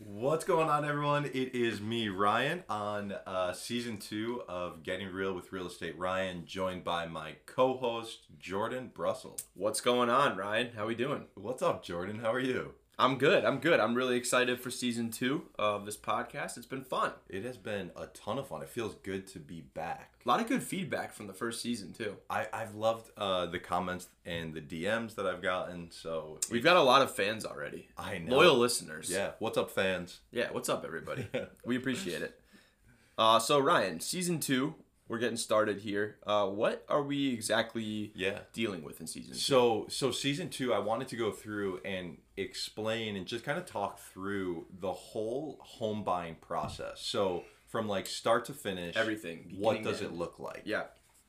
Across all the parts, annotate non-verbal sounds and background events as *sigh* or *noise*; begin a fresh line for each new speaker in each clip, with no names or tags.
What's going on, everyone? It is me, Ryan, on uh, season two of Getting Real with Real Estate Ryan, joined by my co host, Jordan Brussel.
What's going on, Ryan? How we doing?
What's up, Jordan? How are you?
I'm good. I'm good. I'm really excited for season two of this podcast. It's been fun.
It has been a ton of fun. It feels good to be back.
A lot of good feedback from the first season too.
I, I've loved uh, the comments and the DMs that I've gotten, so
We've got a lot of fans already.
I know.
Loyal listeners.
Yeah, what's up, fans?
Yeah, what's up everybody?
*laughs*
we appreciate it. Uh, so Ryan, season two, we're getting started here. Uh, what are we exactly
Yeah.
dealing with in season two?
So so season two, I wanted to go through and explain and just kind of talk through the whole home buying process. So from like start to finish,
Everything,
What
beginning to
does it
end.
look like?
Yeah.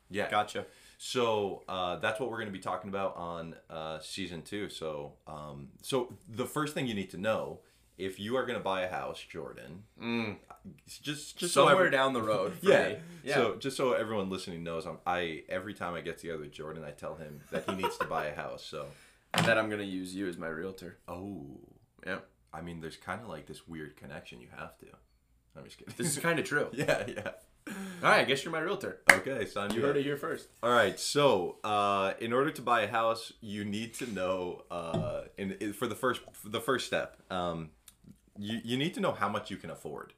yeah.
Gotcha.
So uh, that's what we're going to be talking about on uh, season two. So um, so the first thing you need to know if you are going to buy a house, Jordan, just just so
Mm. Somewhere
every-
down the road.
*laughs*
for
yeah.
me. Yeah.
So just so everyone listening knows, I'm, I every time I get together with Jordan, I tell him that he needs to buy a house. So
and then I'm gonna use you as my realtor.
oh,
Yeah.
I mean, there's kind of like this weird connection you have to. I'm just kidding.
This is kind of true.
*laughs* yeah, yeah.
All right, I guess you're my realtor.
Okay, sign
You
me
heard
up.
it here first.
All right, so uh, in order to buy a house, you need to know, uh, and it- for the first for the first step, um, you you need to know how much you can afford.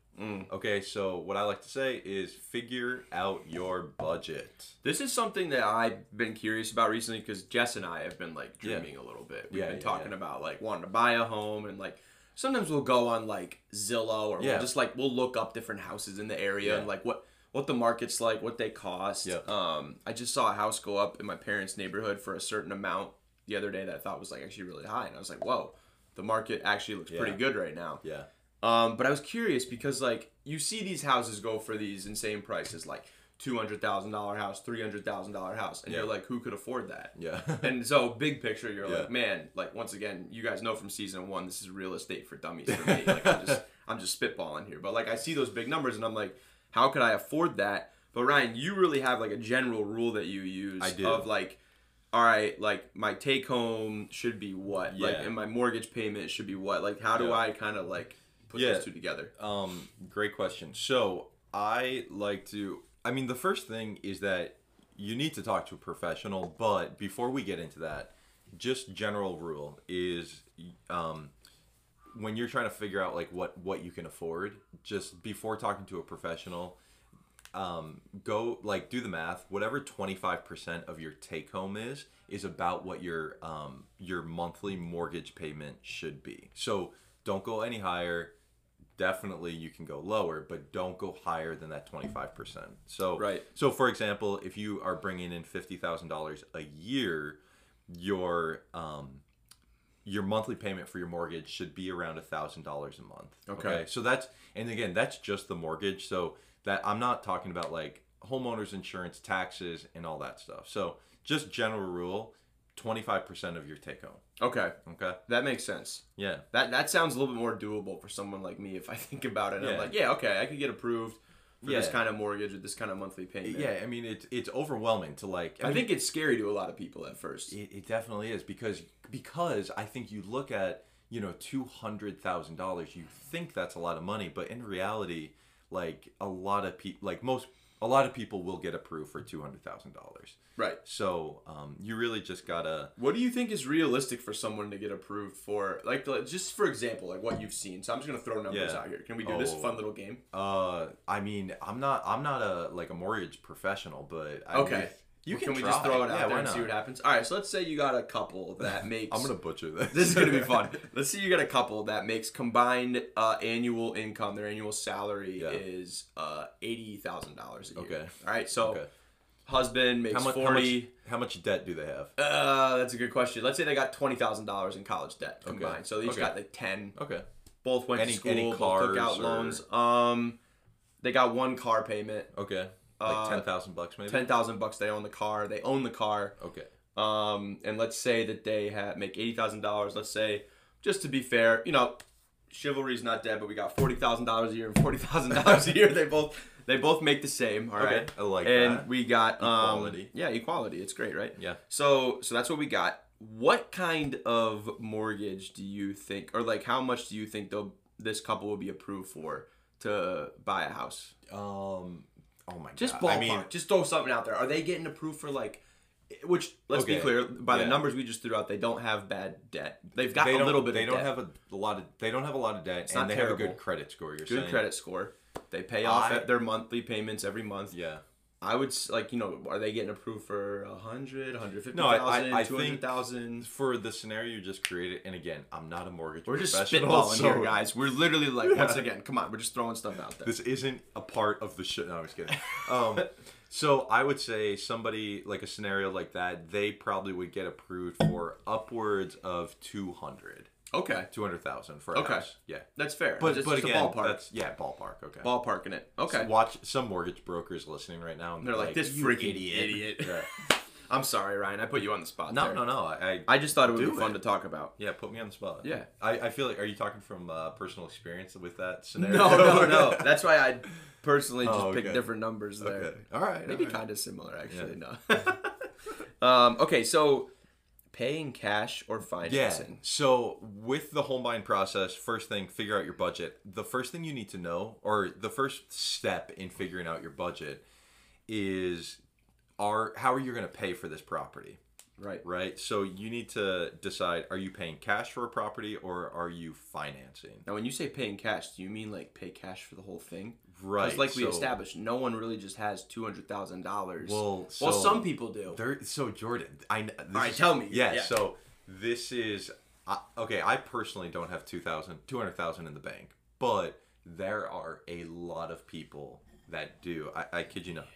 Okay, so what I like to say is figure out your budget.
This is something that I've been curious about recently because Jess and I have been like dreaming a little bit. We've
Yeah,
been
yeah,
talking
yeah.
about like wanting to buy a home and like sometimes we'll go on like Zillow or
Yeah.
we'll just like we'll look up different houses in the area
Yeah.
and like what what the market's like, what they cost.
Yep.
Um, I just saw a house go up in my parents' neighborhood for a certain amount the other day that I thought was like actually really high, and I was like, whoa, the market actually looks pretty
Yeah.
good right now.
Yeah.
Um, but I was curious because like you see these houses go for these insane prices, like two hundred thousand dollar house, three hundred thousand dollar house, and
Yeah.
you're like, who could afford that?
Yeah. *laughs*
And so big picture, you're
Yeah.
like, man, like once again, you guys know from season one, this is real estate for dummies for me. like
*laughs*
I'm just I'm just spitballing here, but like I see those big numbers and I'm like, how could I afford that? But Ryan, you really have like a general rule that you use
I do.
of like. All right, like my take home should be what? Like,
Yeah.
and my mortgage payment should be what? Like, how do
Yeah.
I kind of like put
Yeah.
those two together?
Um, great question. So I like to. I mean, the first thing is that you need to talk to a professional. But before we get into that, just general rule is um, when you're trying to figure out like what what you can afford, just before talking to a professional, um, go like do the math. Whatever twenty five percent of your take home is is about what your um, your monthly mortgage payment should be. So don't go any higher. Definitely, you can go lower, but don't go higher than that twenty five percent. So
Right.
So for example, if you are bringing in fifty thousand dollars a year, your um, your monthly payment for your mortgage should be around a thousand dollars a month.
Okay.
So that's and again, that's just the mortgage. So that I'm not talking about like homeowners insurance, taxes, and all that stuff. So just general rule, twenty five percent of your take home.
Okay,
Okay.
that makes sense.
Yeah.
That that sounds a little bit more doable for someone like me if I *laughs* think about it.
Yeah.
I'm like, yeah, okay, I could get approved for this
Yeah.
kind of mortgage or this kind of monthly payment.
Yeah. I mean, it's it's overwhelming to like.
I,
mean,
think it's scary to a lot of people at first.
It, it definitely is because because I think you look at you know two hundred thousand dollars, you think that's a lot of money, but in reality, like a lot of people, like most a lot of people will get approved for two hundred thousand dollars.
Right.
So um, you really just gotta
What do you think is realistic for someone to get approved for? Like, like, just for example, like what you've seen. So I'm just gonna throw numbers
Yeah.
out here. Can we do this
Oh.
fun little game?
uh, I mean, I'm not I'm not a like a mortgage professional, but I
Okay.
mean, you
Well,
can,
we
try.
just throw it out
yeah,
there
why
and see
not?
what happens? All right, so let's say you got a couple
*laughs*
that makes.
I'm gonna butcher this.
This is gonna be
*laughs*
fun. Let's see, you got a couple that makes combined uh, annual income. Their annual salary
Yeah.
is uh, eighty thousand dollars a year.
Okay.
All right. So
Okay.
husband makes
How much, how much
forty.
how much debt do they have?
Uh, that's a good question. Let's say they got twenty thousand dollars in college debt combined. So they each
Okay.
got like ten.
Okay.
Both went
Any-
to school.
any
both took
cars
out
or-
loans. Um, they got one car payment.
Okay. Like
Uh,
ten thousand bucks maybe.
Ten thousand bucks. They own the car. They own the car.
Okay.
Um, and let's say that they have, make eighty thousand dollars. Let's say, just to be fair, you know, chivalry's not dead, but we got forty thousand dollars a year and forty thousand dollars a year. They both they both make the same. All
Okay,
right,
I like
and
that.
we got um,
Equality.
Yeah, equality. It's great, right?
Yeah.
So so that's what we got. What kind of mortgage do you think, or like how much do you think they'll this couple would be approved for to buy a house?
Um, oh my
Just
god.
ballpark.
I mean,
just throw something out there. Are they getting approved for like? Which let's be
Okay,
clear, by the
yeah.
numbers we just threw out, they don't have bad debt. They've got
they
a
don't,
little bit.
They
of
don't
debt.
have a, lot of. They don't have a lot of debt,
not
and they have a
terrible.
good credit score. You're
good
saying
credit score. They pay off
I-
at their monthly payments every month.
Yeah.
I would s- like you know are they getting approved for a hundred, hundred fifty
No, I- I-
thousand,
I
two
think-
hundred thousand?
For the scenario you just created, and again, I'm not a mortgage
We're just
professional,
spitballing
*laughs* so
here, guys. We're literally like
*laughs*
once again, come on, we're just throwing stuff out there.
This isn't a part of the show. No, I was
*laughs*
kidding. Um, *laughs* so I would say somebody like a scenario like that, they probably would get approved for upwards of 200,
okay,
200,000 for a
Okay.
house. Yeah.
that's fair.
But,
It's
but
just a
again,
ballpark.
that's yeah, ballpark. Okay.
ballparking it. Okay,
So watch some mortgage brokers listening right now. And
they're like, this
"You
freaking idiot.
*laughs* Yeah.
I'm sorry, Ryan. I put you on the spot.
No,
there.
no, no. I, I
I just thought it would
Do
be fun
it.
to talk about.
yeah, put me on the spot.
Yeah.
I, I feel like. Are you talking from uh, personal experience with that scenario? *laughs*
No, no, no. That's why I personally just
Oh,
picked
okay.
different numbers there.
okay. All right.
Maybe
all right.
kind of similar, actually. No. *laughs* um, okay, so paying cash or
Yeah.
financing.
So with the home buying process, first thing, figure out your budget. The first thing you need to know, or the first step in figuring out your budget, is are how are you going to pay for this property,
Right.
right? So you need to decide: are you paying cash for a property or are you financing?
Now, when you say paying cash, do you mean like pay cash for the whole thing?
Right.
Because, like we
so-
established, no one really just has two hundred thousand dollars.
Well, so
well, some people do.
There, so Jordan, I kn- this
All right,
is-
tell me.
Yeah,
Yeah.
So this is I, okay. I personally don't have 2,000, 200,000 in the bank, but there are a lot of people that do. I, I kid you not.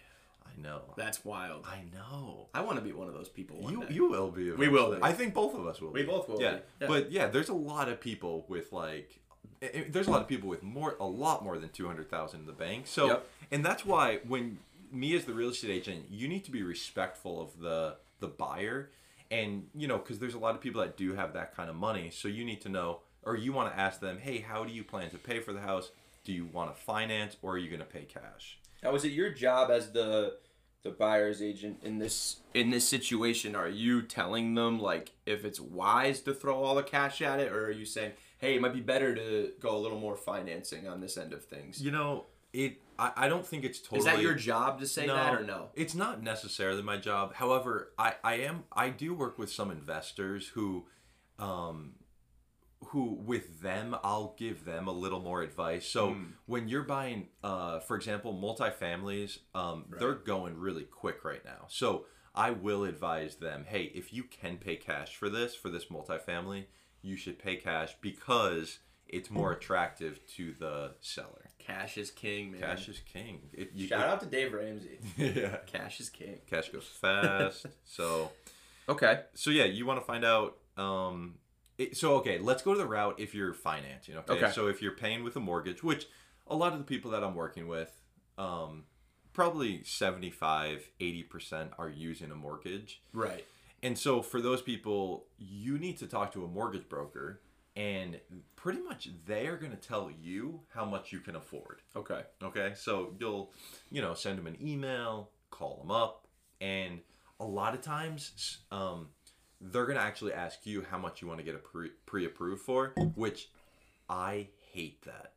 I know.
That's wild.
I know.
I want to be one of those people. One
You
day.
you will be.
We will
eventually.
be.
I think both of us will.
We
be.
both will
Yeah.
be, yeah.
But yeah, there's a lot of people with like. i- i- There's a lot of people with more, a lot more than two hundred thousand in the bank. So,
Yep.
and that's why when me as the real estate agent, you need to be respectful of the the buyer, and you know because there's a lot of people that do have that kind of money. So you need to know, or you want to ask them, hey, how do you plan to pay for the house? Do you want to finance, or are you going to pay cash?
Now, is it your job as the the buyer's agent in this in this situation? Are you telling them like if it's wise to throw all the cash at it, or are you saying, hey, it might be better to go a little more financing on this end of things?
You know, it. I, I don't think it's totally.
Is that your job to say that or no?
It's not necessarily my job. However, I, I am I do work with some investors who um who with them I'll give them a little more advice. So
Hmm.
when you're buying uh for example multifamilies, um they're going really quick right now. So I will advise them, hey, if you can pay cash for this for this multifamily, you should pay cash because it's more attractive to the seller.
Cash is king, man.
Cash is king. It, you,
Shout out to Dave Ramsey.
*laughs* yeah
Cash is king.
cash goes fast so
Okay.
so yeah you want to find out um it, so okay let's go to the route if you're financing okay?
Okay.
so if you're paying with a mortgage which a lot of the people that i'm working with um probably 75 80% are using a mortgage
Right.
and so for those people you need to talk to a mortgage broker and pretty much they are going to tell you how much you can afford
Okay.
Okay, so you'll, you know, send them an email, call them up, and a lot of times, s- um, they're gonna actually ask you how much you want to get a pre- pre-approved for, which I hate that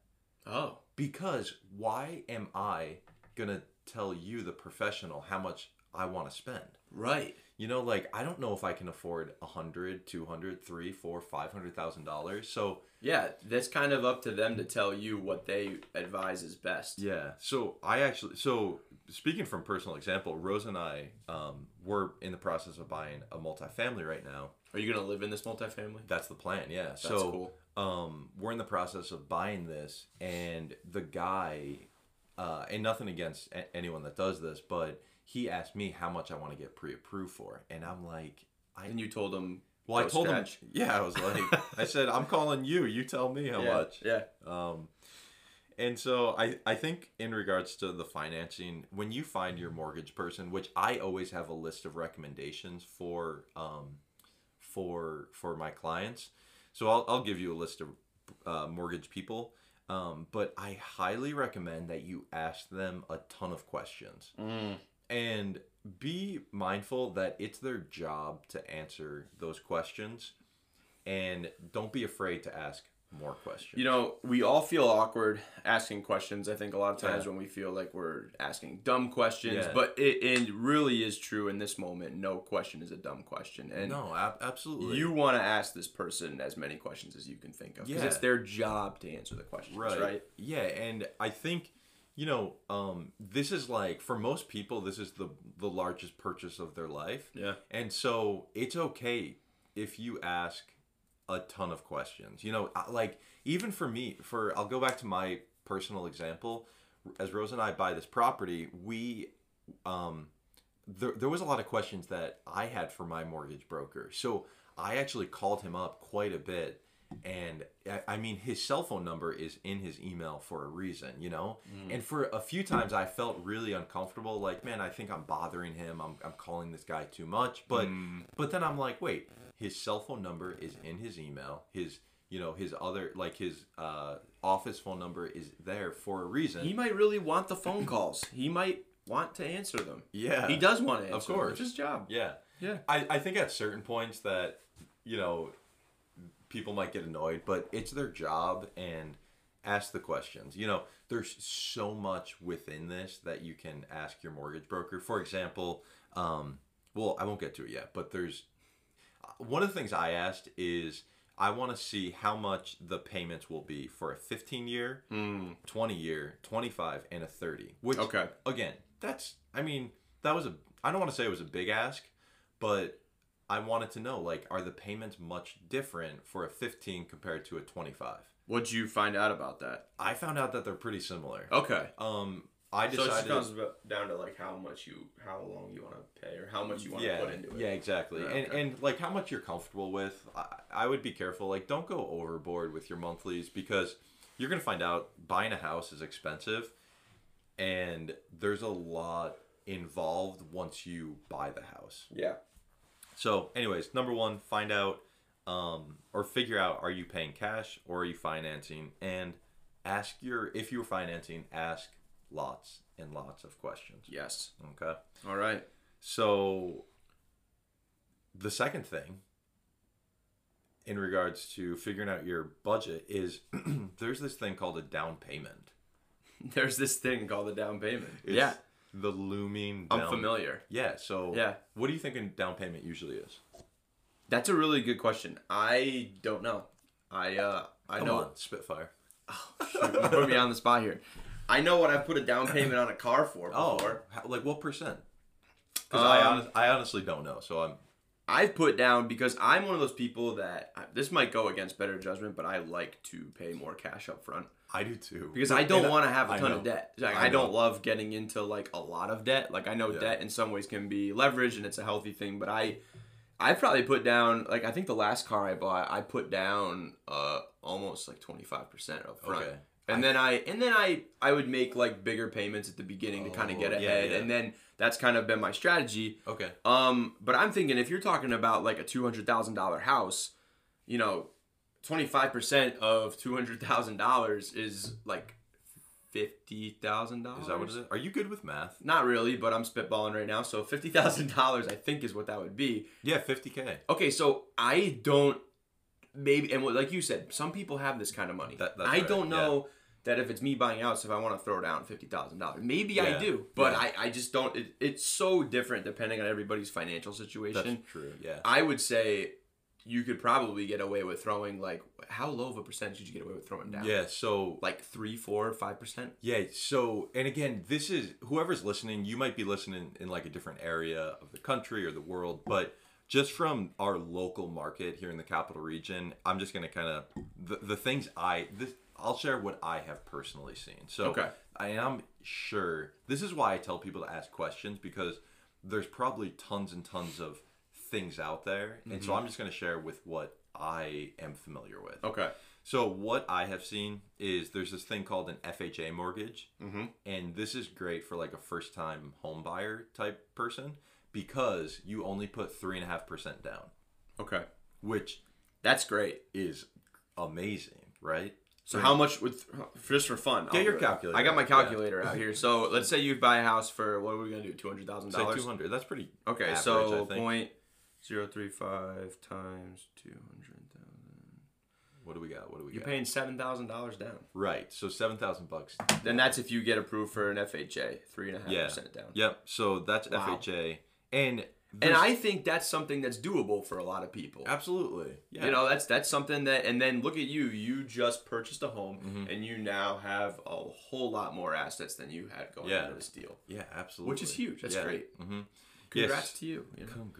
Oh.
because why am I gonna tell you, the professional, how much I want to spend?
Right.
You know, like I don't know if I can afford a hundred, two hundred, three, four, five hundred thousand dollars. So
Yeah, that's kind of up to them to tell you what they advise is best.
Yeah. So I actually, so speaking from personal example, Rose and I um, were in the process of buying a multifamily right now.
Are you gonna live in this multifamily?
That's the plan. Yeah.
That's
so
cool.
um, we're in the process of buying this, and the guy, uh, and nothing against a- anyone that does this, but he asked me how much I want to get pre-approved for, and I'm like, I
And you told them.
well, I
go
told
scratch.
him. *laughs* Yeah, I was like, I said, I'm calling you. You tell me how
yeah,
much.
Yeah.
Um, and so I, I think in regards to the financing, when you find your mortgage person, which I always have a list of recommendations for um, for for my clients. So I'll, I'll give you a list of uh, mortgage people. Um, but I highly recommend that you ask them a ton of questions and be mindful that it's their job to answer those questions and don't be afraid to ask more questions.
You know, we all feel awkward asking questions. I think a lot of times when we feel like we're asking dumb questions,
Yeah.
but it, it really is true in this moment. No question is a dumb question, and
no, ab- absolutely.
you want to ask this person as many questions as you can think of because
Yeah.
it's their job to answer the questions, right?
right. Yeah, and I think you know um, this is like for most people this is the the largest purchase of their life.
Yeah.
And so it's okay if you ask a ton of questions. You know, I- like even for me, for I'll go back to my personal example. As Rose and I buy this property, we um there, there was a lot of questions that I had for my mortgage broker. So I actually called him up quite a bit. And I, I mean, his cell phone number is in his email for a reason, you know?
Mm.
And for a few times, I felt really uncomfortable. Like, man, I think I'm bothering him. I'm, I'm calling this guy too much. But,
Mm.
but then I'm like, wait, his cell phone number is in his email. His, you know, his other, like his uh, office phone number is there for a reason.
He might really want the phone calls. He might want to answer them.
Yeah.
he does want to. Answer them.
course.
it's his job.
Yeah.
Yeah.
I, I think at certain points that, you know, people might get annoyed, but it's their job and ask the questions. You know, there's so much within this that you can ask your mortgage broker. For example, um, well, I won't get to it yet, but there's uh, one of the things I asked is I want to see how much the payments will be for a 15 year, 20 year, 25, and a 30. Which,
Okay.
again, that's, I mean, that was a, I don't want to say it was a big ask, but I wanted to know, like, are the payments much different for a 15 compared to a 25?
What'd you find out about that?
I found out that they're pretty similar.
Okay.
Um, I
Oh. So it
decided.
just comes about- down to like how much you, how long you want to pay, or how much you want
yeah,
to put into it.
yeah, exactly.
Yeah,
and
okay.
and like how much you're comfortable with. I, I would be careful. Like, don't go overboard with your monthlies because you're gonna find out buying a house is expensive, and there's a lot involved once you buy the house.
Yeah.
So, anyways, number one, find out um, or figure out are you paying cash or are you financing? And ask your, if you're financing, ask lots and lots of questions.
Yes.
Okay.
All right. *laughs*
So, the second thing in regards to figuring out your budget is *clears throat* there's this thing called a down payment.
There's this thing called the down payment.
It's
yeah.
The looming
I'm
down
familiar.
Yeah. So,
Yeah.
what do you think a down payment usually is?
That's a really good question. I don't know. I uh I
Come
know *laughs*
on, Spitfire.
You put me on the spot here. I know what I put a down payment on a car for
Oh,
before.
how- like what percent? Because I,
Um,
honest, I honestly don't know. So I'm
I've put down because I'm one of those people that this might go against better judgment, but I like to pay more cash up front
I do too.
because I don't
And
want to have a
I
ton
know.
of debt. Like,
I
I, don't love getting into like a lot of debt. Like I know
Yeah.
debt in some ways can be leveraged and it's a healthy thing, but I I probably put down like I think the last car I bought, I put down uh almost like 25% up front.
Okay.
And then I and then I I would make like bigger payments at the beginning to kind
Oh,
of get
yeah,
ahead
yeah.
and then that's kind of been my strategy.
Okay.
Um, but I'm thinking if you're talking about like a two hundred thousand dollar house, you know, twenty five percent of two hundred thousand dollars is like fifty thousand dollars.
Is that what it is? Are you good with math?
Not really, but I'm spitballing right now. So fifty thousand dollars, I think, is what that would be.
Yeah, 50k.
Okay, so I don't maybe and what like you said, some people have this kind of money.
That- that's
I
right,
don't know that if it's me buying a house, if I want to throw down fifty thousand dollars, maybe
Yeah,
I do, but
yeah.
I, I just don't. It, it's so different depending on everybody's financial
That's
situation.
true. Yeah.
I would say you could probably get away with throwing like how low of a percentage did you get away with throwing down?
Yeah. So
like three, four, five percent.
yeah. So and again, this is whoever's listening. You might be listening in like a different area of the country or the world, but just from our local market here in the capital region, I'm just gonna kind of the, the things I this I'll share what I have personally seen. So
Okay.
I am sure this is why I tell people to ask questions because there's probably tons and tons of things out there, and so I'm just gonna share with what I am familiar with.
Okay.
So what I have seen is there's this thing called an FHA mortgage,
Mm-hmm.
and this is great for like a first-time home buyer type person because you only put three and a half percent down,
Okay.
which
That's great.
is amazing, right?
So how much would just for fun?
Get
I'll
your
do it.
calculator
I got my
out,
calculator out here. So
*laughs*
let's say you buy a house for what are we gonna do? Two hundred thousand
Say
dollars.
two hundred. That's pretty.
Okay,
average,
so
I think.
point zero three five times two hundred thousand.
What do we got? What do we
You're
got?
paying seven thousand dollars down.
right. So seven thousand bucks.
Then that's if you get approved for an FHA, three and a half
Yeah.
percent down.
Yep. So that's
Wow.
FHA, and
And
there's-
I think that's something that's doable for a lot of people.
absolutely, yeah,
You know, that's that's something that and then look at you, you just purchased a home
Mm-hmm.
and you now have a whole lot more assets than you had going
Yeah.
into this deal.
yeah, absolutely,
Which is huge. That's
Yeah.
great.
Mhm.
Congrats
Yes.
to you. you know?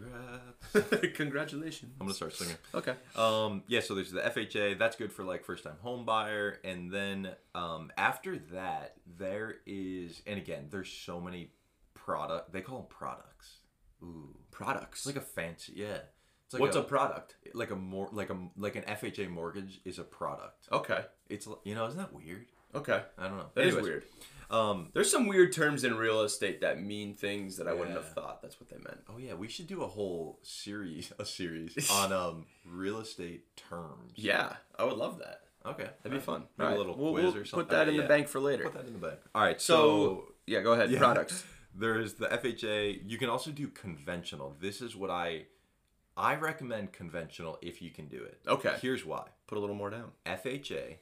Congrats. *laughs*
Congratulations.
I'm gonna start singing.
Okay.
Um, yeah, so there's the FHA. That's good for like first time home buyer, and then um, after that, there is, and again, there's so many product. They call them products. Ooh,
Products.
it's like a fancy, yeah. It's like
What's
a,
a product?
like a more like a like an FHA mortgage is a product.
Okay.
It's l- you know isn't that weird?
Okay.
I don't know.
That is
Anyways,
weird.
Um,
There's some weird terms in real estate that mean things that I wouldn't
Yeah.
have thought that's what they meant.
oh yeah, we should do a whole series *laughs* a series on um real estate terms.
Yeah, I would love that.
Okay,
That'd be fun.
Maybe
All
a
right,
little
we'll-
quiz
we'll
or something.
Put that in
Yeah.
the bank for later.
Put that in the bag. All right,
So,
so
yeah, go ahead.
Yeah.
Products.
There's the FHA. You can also do conventional. This is what I I recommend conventional if you can do it.
Okay.
Here's why.
Put a little more down.
FHA,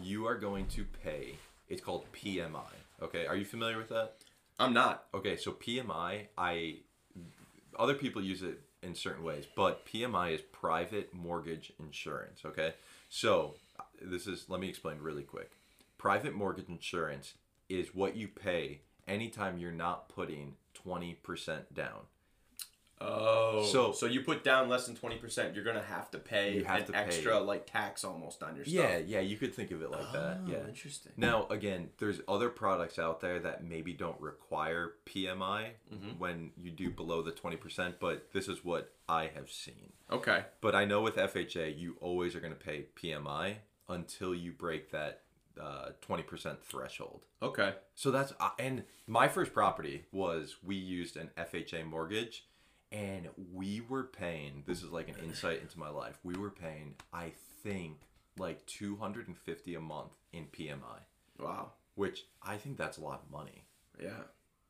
you are going to pay. It's called PMI. Okay. Are you familiar with that?
I'm not.
Okay, so PMI, I other people use it in certain ways, but PMI is private mortgage insurance, okay? So, uh, this is let me explain really quick. Private mortgage insurance is what you pay anytime you're not putting 20% down.
Oh.
So-
So so you put down less than 20%, you're going to have to pay
You have
an
to pay.
extra like tax almost on your stuff.
Yeah, yeah, you could think of it like that.
Oh,
Yeah.
Interesting.
Ah. Now, again, there's other products out there that maybe don't require PMI when you do below the 20%, but this is what I have seen.
Okay.
But I know with FHA, you always are going to pay PMI until you break that uh, twenty percent threshold.
Okay.
So that's uh, and my first property was we used an FHA mortgage, and we were paying. This is like an insight into my life. We were paying, I think, like two hundred and fifty a month in PMI,
Wow.
which I think that's a lot of money.
Yeah.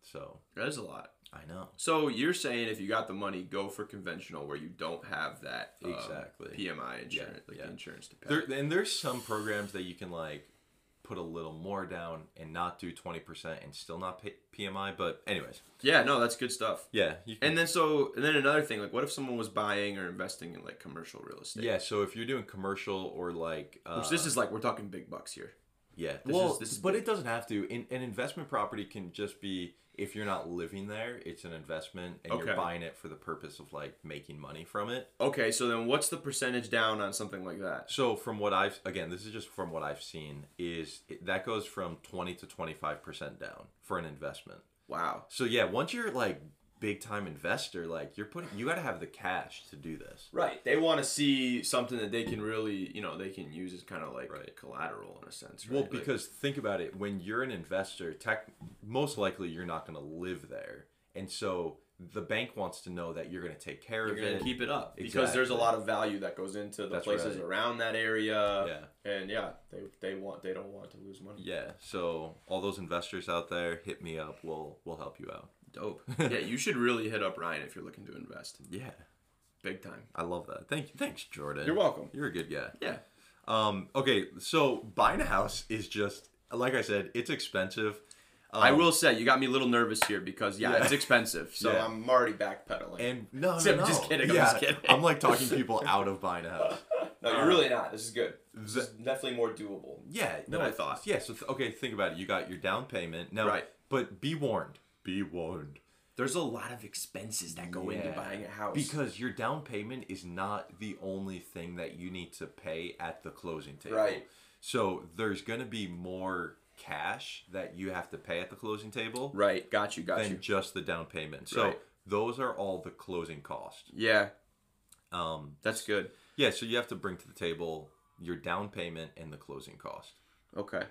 So
That is a lot.
I know
So you're saying if you got the money, go for conventional where you don't have that um,
Exactly.
PMI insurance,
Yeah,
like
yeah.
the insurance to pay.
there and there's some programs that you can like put a little more down and not do 20% and still not pay PMI but anyways
yeah, no, that's good stuff.
yeah you can,
And then so and then another thing, like what if someone was buying or investing in like commercial real estate?
yeah so if you're doing commercial or like uh,
Which this is like we're talking big bucks here.
yeah
this
well
is- this is
but
big.
it doesn't have to In, an investment property can just be if you're not living there it's an investment and
Okay.
you're buying it for the purpose of like making money from it
Okay, so then what's the percentage down on something like that?
so from what I've again this is just from what I've seen is it, that goes from 20 to 25% down for an investment
Wow.
So yeah, once you're like big time investor, like you're putting you gotta have the cash to do this.
Right. They want to see something that they can really, you know, they can use as kind of like
Right.
collateral in a sense. Right?
Well,
Like-
because think about it, when you're an investor, tech most likely you're not gonna live there. And so the bank wants to know that you're gonna take care
you're
of
gonna
it.
keep it up because there's a
Exactly.
lot of value that goes into the
That's
places
right.
around that area.
Yeah.
And yeah, they, they want they don't want to lose money.
Yeah. So all those investors out there, hit me up. We'll we'll help you out.
*laughs* Dope. yeah, you should really hit up Ryan if you're looking to invest
Yeah.
big time.
I love that. Thank you. Thanks, Jordan.
You're welcome.
You're a good guy.
Yeah.
Um, okay, so buying a house is just like I said, it's expensive. Um,
I will say you got me a little nervous here because yeah,
Yeah.
it's expensive. So
Yeah.
I'm already backpedaling.
And *laughs* no,
So
no,
I'm just
no.
kidding, I'm
Yeah,
just kidding.
I'm like *laughs* talking people out of buying a house.
no, you're really not. This is good. This
the-
is definitely more doable.
Yeah,
Than I thought.
Yeah, so th- okay, think about it. You got your down payment now,
Right.
But be warned. Be warned.
There's a lot of expenses that go into
Yeah.
buying a house.
Because your down payment is not the only thing that you need to pay at the closing table.
Right.
So there's gonna be more cash that you have to pay at the closing table
right, got you, got
than
you.
just the down payment. So
Right.
those are all the closing costs.
Yeah,
Um,
that's good.
yeah, so you have to bring to the table your down payment and the closing cost.
Okay.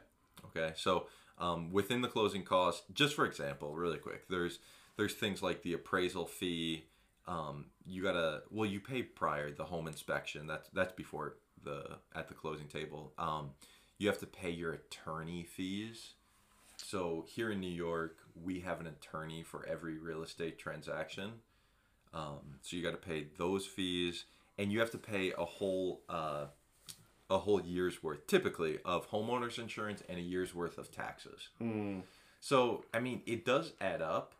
Okay, so um, within the closing cost, just for example, really quick, there's there's things like the appraisal fee. Um, you gotta well, you pay prior the home inspection. That's that's before the at the closing table. Um, you have to pay your attorney fees. So here in New York, we have an attorney for every real estate transaction. Um, so you got to pay those fees, and you have to pay a whole uh, a whole year's worth, typically, of homeowners insurance and a year's worth of taxes. So, I mean, it does add up,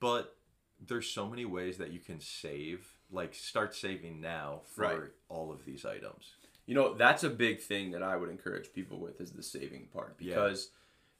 but there's so many ways that you can save, like start saving now for
Right.
all of these items.
You know, that's a big thing that I would encourage people with is the saving part
Yeah.
because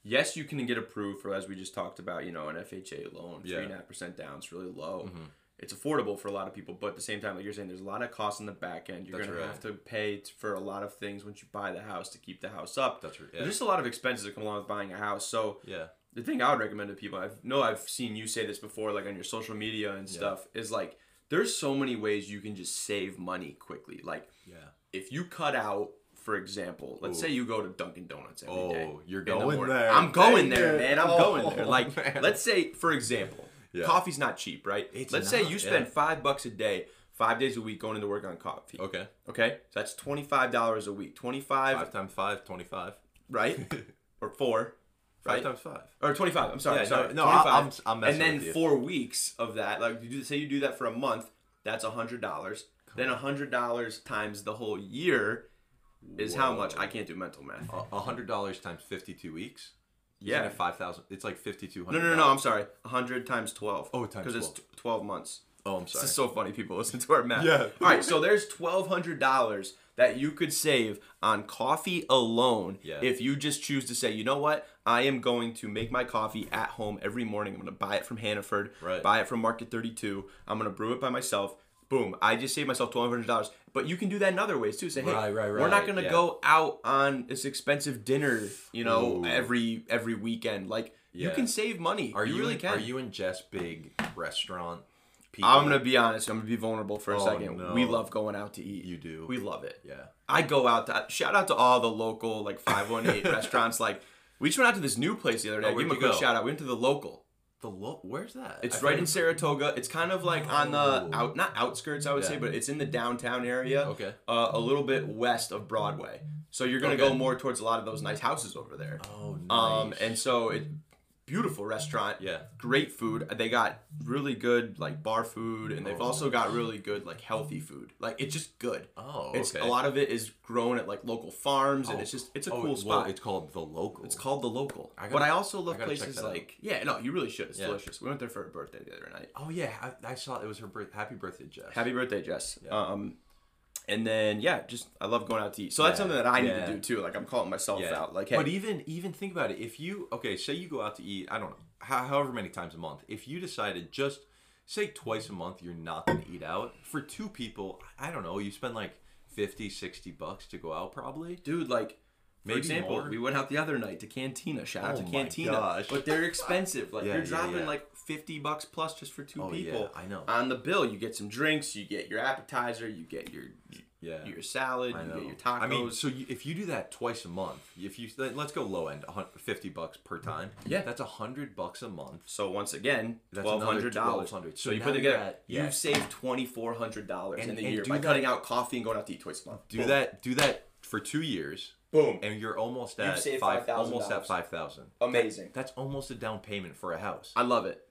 yes, you can get approved for as we just talked about, you know, an FHA loan, three
Yeah. Mm-hmm.
and a half percent down, it's really low. It's affordable for a lot of people, but at the same time, like you're saying, there's a lot of costs on the back end. You're
That's
gonna
right.
have to pay t- for a lot of things once you buy the house to keep the house up.
That's right,
There's
yeah.
just a lot of expenses that come along with buying a house. So
Yeah.
the thing I would recommend to people, I know I've seen you say this before, like on your social media and stuff, is like there's so many ways you can just save money quickly. Like
Yeah.
if you cut out, for example, let's say you go to Dunkin' Donuts every
Oh,
day
you're
in the
going
morning.
there.
I'm going
Dang
there,
it.
man. I'm
Oh,
going there. Like,
*laughs* man.
let's say, for example,
Yeah.
coffee's not cheap, right?
It's
let's say
not,
you
yeah.
spend five bucks a day, five days a week going into work on coffee.
Okay.
Okay? So that's $25 a week. 25,
Five times five, 25. *laughs*
right? or four.
Five
Right?
times five.
Or 25. I'm
Yeah,
sorry.
no,
sorry.
no, I-
25.
I'm- I'm messing
And then
with you.
four weeks of that, like you do, say you do that for a month, that's $100. Then $100 times the whole year is how
Whoa. Oh,
much? I can't do mental math.
A a hundred dollars times fifty-two weeks.
Yeah.
five thousand. It's like fifty-two
No,
hundred.
no, no, no, I'm sorry. 100 times 12.
Oh, times
Because it's
12.
t- 12 months.
Oh, I'm
This
sorry.
is so funny. People *laughs* listen to our math.
Yeah.
All right, so there's $1,200 that you could save on coffee alone
Yeah.
if you just choose to say, you know what? I am going to make my coffee at home every morning. I'm going to buy it from Hannaford,
Right.
buy it from Market 32. I'm going to brew it by myself. Boom. I just saved myself $1,200. But you can do that in other ways too. Say, hey,
Right, right,
we're not
right,
going to
yeah.
go out on this expensive dinner, you know,
Ooh.
every every weekend. Like, you
Yeah.
can save money.
Are you,
really
in,
can.
Are you in Jess big restaurant? People?
I'm gonna be honest. I'm gonna be vulnerable for a
Oh,
second.
no.
We love going out to eat.
You do.
We love it.
Yeah.
I go out to shout out to all the local
*laughs*
like 518 restaurants. Like we just went out to this new place the other day. Give
Oh, where'd
them a
you
quick
go?
shout out. We went to the local.
The lo- where's that?
It's
I've
right
heard
in
of-
Saratoga. It's kind of like on the out not outskirts I would say,
Oh. Yeah.
but it's in the downtown area.
Okay.
Uh, a little bit west of Broadway. So you're gonna
Okay.
go more towards a lot of those nice houses over there.
Oh, nice.
Um, and so it beautiful restaurant.
Yeah.
Great food. They got really good like bar food, and they've also got really good like healthy food. Like it's just good.
Oh,
It's a
okay.
lot of it is grown at like local farms, and it's just it's a
Oh,
cool
well,
spot.
it's called the local.
It's called the local.
I gotta-
but I also love
I gotta check
places
that out.
like yeah, no, you really should. It's
Yeah.
delicious. We went there for her birthday the other night.
Oh yeah, I, I saw it was her birth. Happy birthday, Jess.
Happy birthday, Jess. Um, and then yeah, just I love going out to eat. So that's
Yeah.
something that I need
Yeah.
to do too. Like I'm calling myself
yeah.
out. Like hey,
but even even think about it. If you okay, say you go out to eat. I don't know, how, however many times a month. If you decided just say twice a month, you're not gonna eat out for two people. I don't know. You spend like 50, 60 bucks to go out probably.
dude, like for
Maybe
example,
more.
we went out the other night to Cantina. Shout out
Oh
to
my
Cantina,
gosh.
but they're expensive. Like
Yeah,
you're
yeah,
dropping
yeah.
like fifty bucks plus just for two
Oh, yeah,
people.
I know.
On the bill, you get some drinks, you get your appetizer, you get your
Yeah.
your salad,
I
you
know.
get your tacos.
I mean, so you, if you do that twice a month, if you let- let's go low end, a hun- fifty bucks per time.
Yeah.
that's a hundred bucks a month.
so once again,
That's
twelve
another
hundred dollars.
$1,200.
So
So
you put
now
together,
you're at- yeah.
you've saved twenty four hundred dollars in
And-
the
and
year
do
by
that-
cutting out coffee and going out to eat twice a month.
Do
Boom.
that. Do that for two years,
Boom.
and you're almost at
saved
five.
$5,000.
almost at five thousand.
Amazing.
That's almost a down payment for a house.
I love it.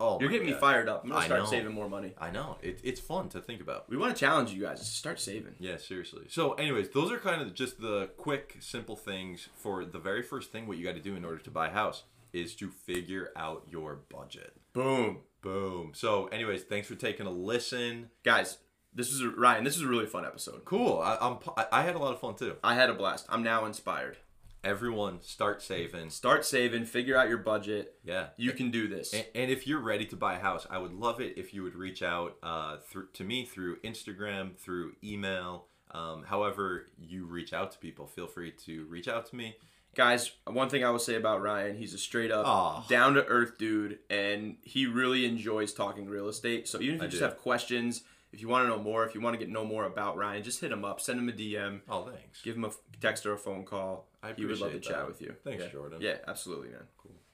Oh,
You're
my
getting me
God.
fired up. I'm gonna
I
start
know.
saving more money.
I know. It, it's fun to think about.
We want to challenge you guys. Start saving.
Yeah, seriously. So, anyways, those are kind of just the quick, simple things for the very first thing. What you got to do in order to buy a house is to figure out your budget.
Boom.
Boom. So, anyways, thanks for taking a listen.
guys this was a, ryan this was a really fun episode
Cool. I, I'm. pu- I- I had a lot of fun too.
i had a blast i'm now inspired
Everyone, start saving.
start saving figure out your budget
Yeah.
you can do this
And, and if you're ready to buy a house, I would love it if you would reach out uh, through to me through Instagram, through email. Um, however, you reach out to people, feel free to reach out to me.
guys one thing i will say about ryan he's a straight
Aw.
up down to earth dude and he really enjoys talking real estate so even if you just
do.
have questions if you want to know more if you want to get know more about ryan just hit him up send him a dm
Oh, thanks.
give him a f- text or a phone call
I
he would love to
appreciate
chat
that.
with you
Thanks,
Yeah.
Jordan.
yeah absolutely man cool